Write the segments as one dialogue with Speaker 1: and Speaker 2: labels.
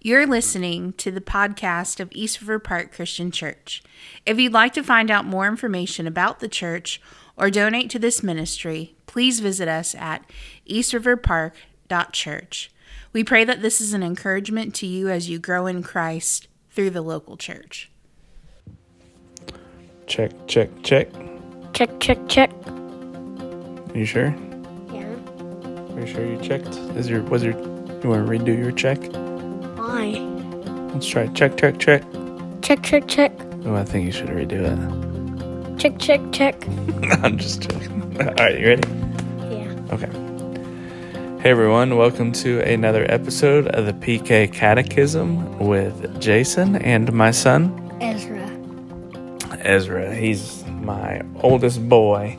Speaker 1: You're listening to the podcast of East River Park Christian Church. If you'd like to find out more information about the church or donate to this ministry, please visit us at eastriverpark.church. We pray that this is an encouragement to you as you grow in Christ through the local church.
Speaker 2: Check, check, check.
Speaker 3: Check, check, check.
Speaker 2: You sure?
Speaker 3: Yeah.
Speaker 2: Are you sure you checked? Is your was your you want to redo your check?
Speaker 3: Why?
Speaker 2: Let's try it. check, check, check.
Speaker 3: Check, check, check.
Speaker 2: Oh, I think you should redo
Speaker 3: Check, check, check.
Speaker 2: it. I'm just joking. All right, you ready?
Speaker 3: Yeah.
Speaker 2: Okay. Hey everyone, welcome to another episode of the PK Catechism with Jason and my son
Speaker 3: Ezra.
Speaker 2: Ezra. He's my oldest boy,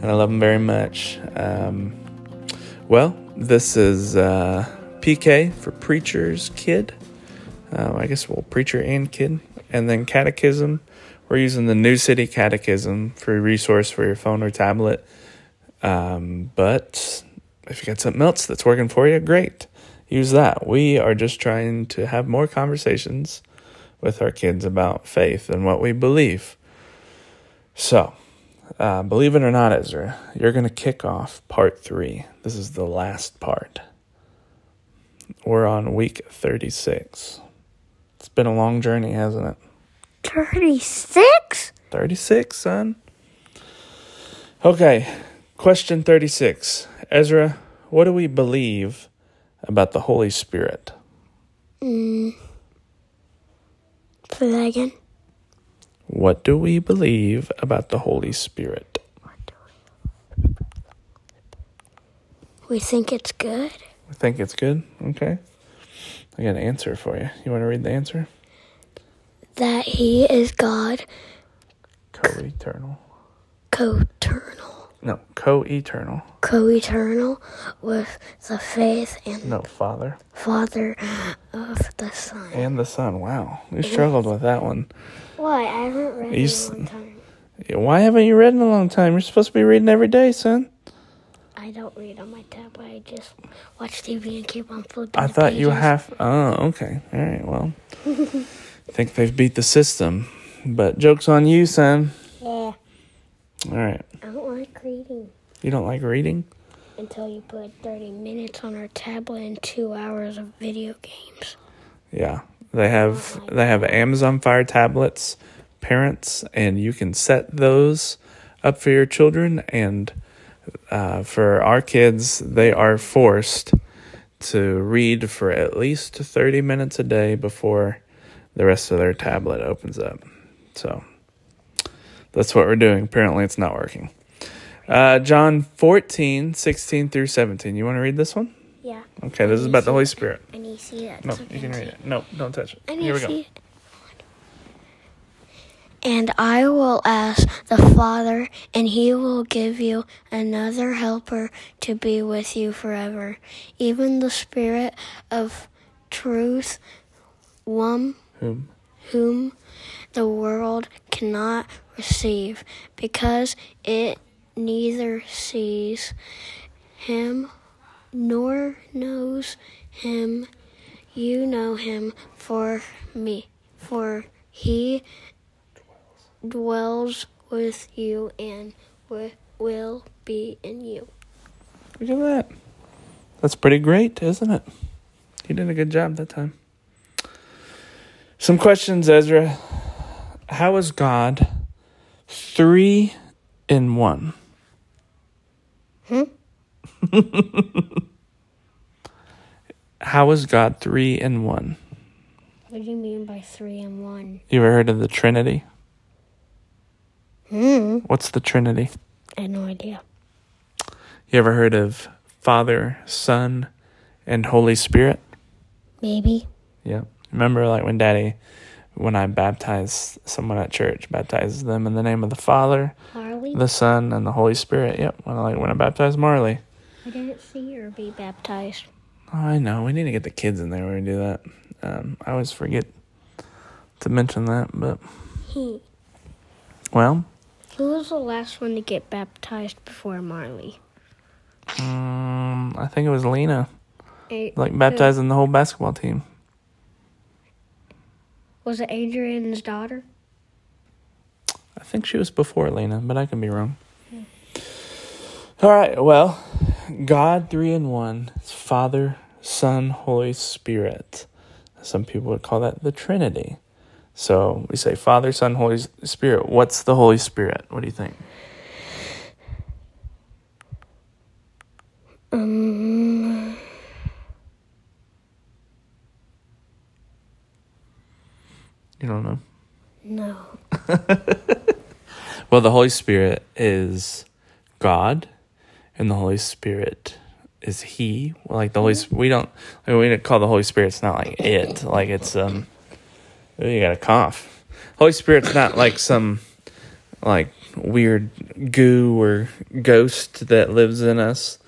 Speaker 2: and I love him very much. Um, well, this is uh, PK for preacher's kid. Um, I guess well, preacher and kid, and then catechism. We're using the New City Catechism for a resource for your phone or tablet. Um, but if you got something else that's working for you, great. Use that. We are just trying to have more conversations with our kids about faith and what we believe. So, uh, believe it or not, Ezra, you're going to kick off part three. This is the last part. We're on week 36. It's been a long journey, hasn't it?
Speaker 3: 36?
Speaker 2: 36, son. Okay, question 36. Ezra, what do we believe about the Holy Spirit?
Speaker 3: Play that again.
Speaker 2: What do we believe about the Holy Spirit?
Speaker 3: We think it's good?
Speaker 2: I think it's good. Okay. I got an answer for you. You want to read the answer?
Speaker 3: That he is God,
Speaker 2: Co eternal.
Speaker 3: co-eternal.
Speaker 2: No, co eternal.
Speaker 3: Co-eternal with the faith and
Speaker 2: No, Father
Speaker 3: Father of the Son.
Speaker 2: and the Son. Wow. You struggled with that one.
Speaker 3: Why? I haven't read
Speaker 2: You s-
Speaker 3: it in a long time.
Speaker 2: Why haven't you read in a long time? You're supposed to be reading every day, son.
Speaker 3: I don't read on my tab. I just watch TV and keep on flipping.
Speaker 2: I
Speaker 3: the
Speaker 2: thought you
Speaker 3: pages.
Speaker 2: have. Oh, okay. All right. Well, I think they've beat the system. But joke's on you, son.
Speaker 3: Yeah.
Speaker 2: All right.
Speaker 3: I don't like reading.
Speaker 2: You don't like reading?
Speaker 3: until you put 30 minutes on our tablet and two hours of video games.
Speaker 2: Yeah, they have they have Amazon Fire tablets, parents, and you can set those up for your children. And uh, for our kids, they are forced to read for at least thirty minutes a day before the rest of their tablet opens up. So that's what we're doing. Apparently, it's not working. Uh, John 14, 16 through 17. You want to read this one?
Speaker 3: Yeah.
Speaker 2: Okay, this is about the Holy Spirit.
Speaker 3: I need to see that.
Speaker 2: No,
Speaker 3: so I
Speaker 2: you can read it. No, don't touch it.
Speaker 3: I need
Speaker 2: Here we
Speaker 3: to
Speaker 2: go.
Speaker 3: see it. And I will ask the Father, and he will give you another helper to be with you forever, even the Spirit of truth, one
Speaker 2: Whom?
Speaker 3: whom the world cannot receive, because it neither sees him nor knows him. You know him for me, for he dwells with you and wi- will be in you.
Speaker 2: Look at that. That's pretty great, isn't it? You did a good job that time. Some questions, Ezra. How is God three in one? Hmm? How is God three in one?
Speaker 3: What do you mean by three and one?
Speaker 2: You ever heard of the Trinity? Hmm. What's the Trinity?
Speaker 3: I have no idea.
Speaker 2: You ever heard of Father, Son, and Holy Spirit?
Speaker 3: Maybe.
Speaker 2: Yeah. Remember, like when Daddy, when I baptized someone at church, baptized them in the name of the Father,
Speaker 3: Harley?
Speaker 2: the Son, and the Holy Spirit. Yep. When I like when I baptized Marley. Oh,
Speaker 3: I didn't see her be baptized.
Speaker 2: I know. We need to get the kids in there when we do that. Um, I always forget to mention that, but
Speaker 3: He.
Speaker 2: well,
Speaker 3: Who was the last one to get baptized before Marley?
Speaker 2: um, I think it was Lena,
Speaker 3: Eh,
Speaker 2: like baptizing the whole basketball team.
Speaker 3: Was it Adrian's daughter?
Speaker 2: I think she was before Elena, but I can be wrong. All right, well, God three in one, Father, Son, Holy Spirit. Some people would call that the Trinity. So we say Father, Son, Holy Spirit. What's the Holy Spirit? What do you think?
Speaker 3: Um,
Speaker 2: You don't know.
Speaker 3: no.
Speaker 2: Well, the Holy Spirit is God, and the Holy Spirit is He. Well, Like the Holy, Sp- we don't, like we don't call the Holy Spirit. It's not like it. Like it's um, ooh, you got a cough. Holy Spirit's not like some like weird goo or ghost that lives in us.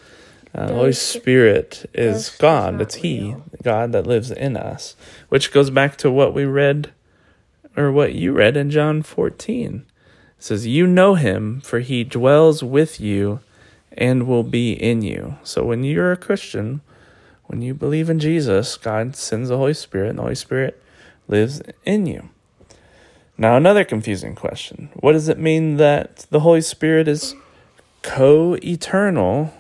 Speaker 2: Uh, Holy
Speaker 3: Ghost-
Speaker 2: Spirit is
Speaker 3: ghost is
Speaker 2: God.
Speaker 3: not
Speaker 2: It's He,
Speaker 3: real.
Speaker 2: God that lives in us, which goes back to what we read or what you read in John 14. It says, You know him, for he dwells with you and will be in you. So when you're a Christian, when you believe in Jesus, God sends the Holy Spirit, and the Holy Spirit lives in you. Now, another confusing question What does it mean that the Holy Spirit is co eternal?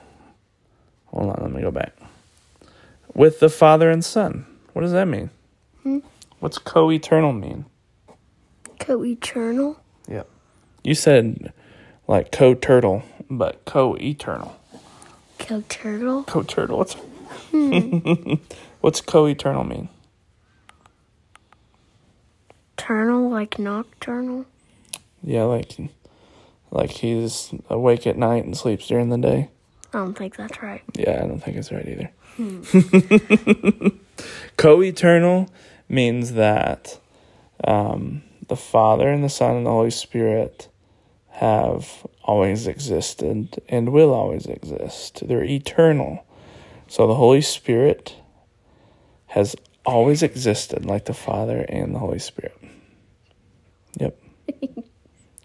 Speaker 2: Hold on, let me go back. With the Father and Son. What does that mean? What's co eternal mean?
Speaker 3: Co-eternal?
Speaker 2: Yep. You said like co turtle, but co eternal.
Speaker 3: Co-turtle?
Speaker 2: Co turtle. What's what's co eternal mean?
Speaker 3: Eternal like nocturnal?
Speaker 2: Yeah, like like he's awake at night and sleeps during the day.
Speaker 3: I don't think that's right.
Speaker 2: Yeah, I don't think it's right either. co eternal means that um, the Father and the Son and the Holy Spirit have always existed and will always exist. They're eternal. So the Holy Spirit has always existed, like the Father and the Holy Spirit. Yep.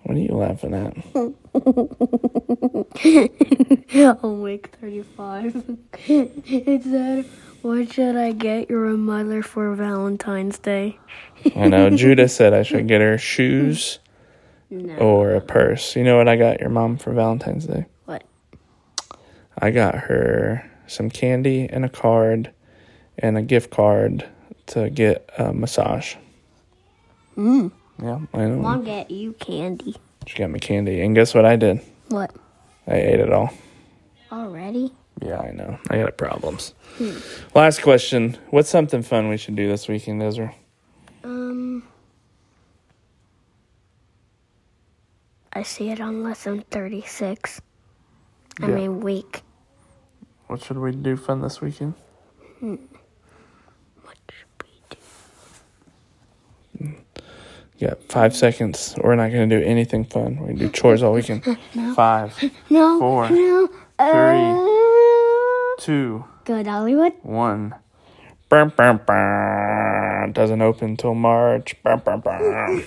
Speaker 2: what are you laughing at?
Speaker 3: I'm week 35. it said, What should I get your mother for Valentine's Day?
Speaker 2: I know. Judah said I should get her shoes or a purse. You know what I got your mom for Valentine's Day?
Speaker 3: What?
Speaker 2: I got her some candy and a card and a gift card to get a massage. Mm. Yeah, I know.
Speaker 3: Mom get you candy.
Speaker 2: She got me candy. And guess what I did?
Speaker 3: What?
Speaker 2: I ate it all.
Speaker 3: Already?
Speaker 2: Yeah, I know. I got problems.
Speaker 3: Hmm.
Speaker 2: Last question. What's something fun we should do this weekend, Ezra?
Speaker 3: Um. I see it on lesson 36. I
Speaker 2: Yeah.
Speaker 3: mean, week.
Speaker 2: What should we do fun this weekend?
Speaker 3: Hmm. What should we do?
Speaker 2: Hmm. Yeah, five seconds. We're not going to do anything fun. We're going to do chores all weekend. Five,
Speaker 3: No.
Speaker 2: Four,
Speaker 3: No. Uh,
Speaker 2: two,
Speaker 3: go to Hollywood.
Speaker 2: one. Brum, brum, brum. Doesn't open till March. Brum, brum, brum.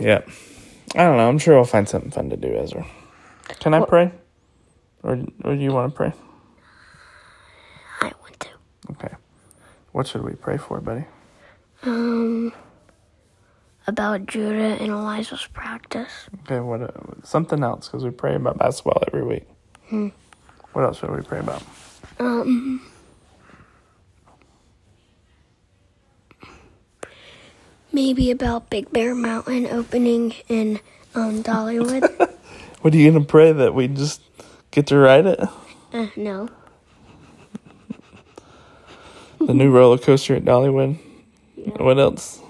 Speaker 2: yep. I don't know. I'm sure we'll find something fun to do, Ezra. Can I pray? Or, or do you want to pray?
Speaker 3: I want to.
Speaker 2: Okay. What should we pray for, buddy?
Speaker 3: Um, about Judah and Elijah's practice.
Speaker 2: Okay, what uh, something else because we pray about basketball every week. Hmm. What else should we pray about?
Speaker 3: Um, maybe about Big Bear Mountain opening in um, Dollywood.
Speaker 2: What are you gonna pray that we just get to ride it?
Speaker 3: uh, no,
Speaker 2: the new roller coaster at Dollywood. What else?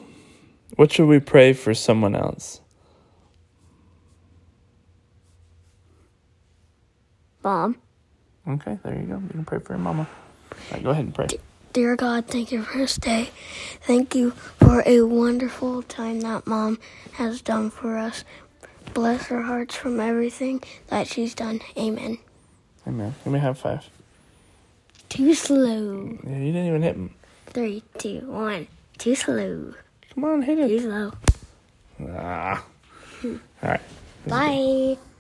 Speaker 2: What should we pray for someone else?
Speaker 3: Mom.
Speaker 2: Okay, there you go. You can pray for your mama. All right, go ahead and pray.
Speaker 3: Dear God, thank you for this day. Thank you for a wonderful time that mom has done for us. Bless her hearts from everything that she's done. Amen.
Speaker 2: Amen. Give me a high five.
Speaker 3: Too slow.
Speaker 2: Yeah, you didn't even hit him.
Speaker 3: Three, two, one. Too slow.
Speaker 2: Come on, hit Hmm.
Speaker 3: Too
Speaker 2: it.
Speaker 3: slow.
Speaker 2: Ah. All right.
Speaker 3: Bye.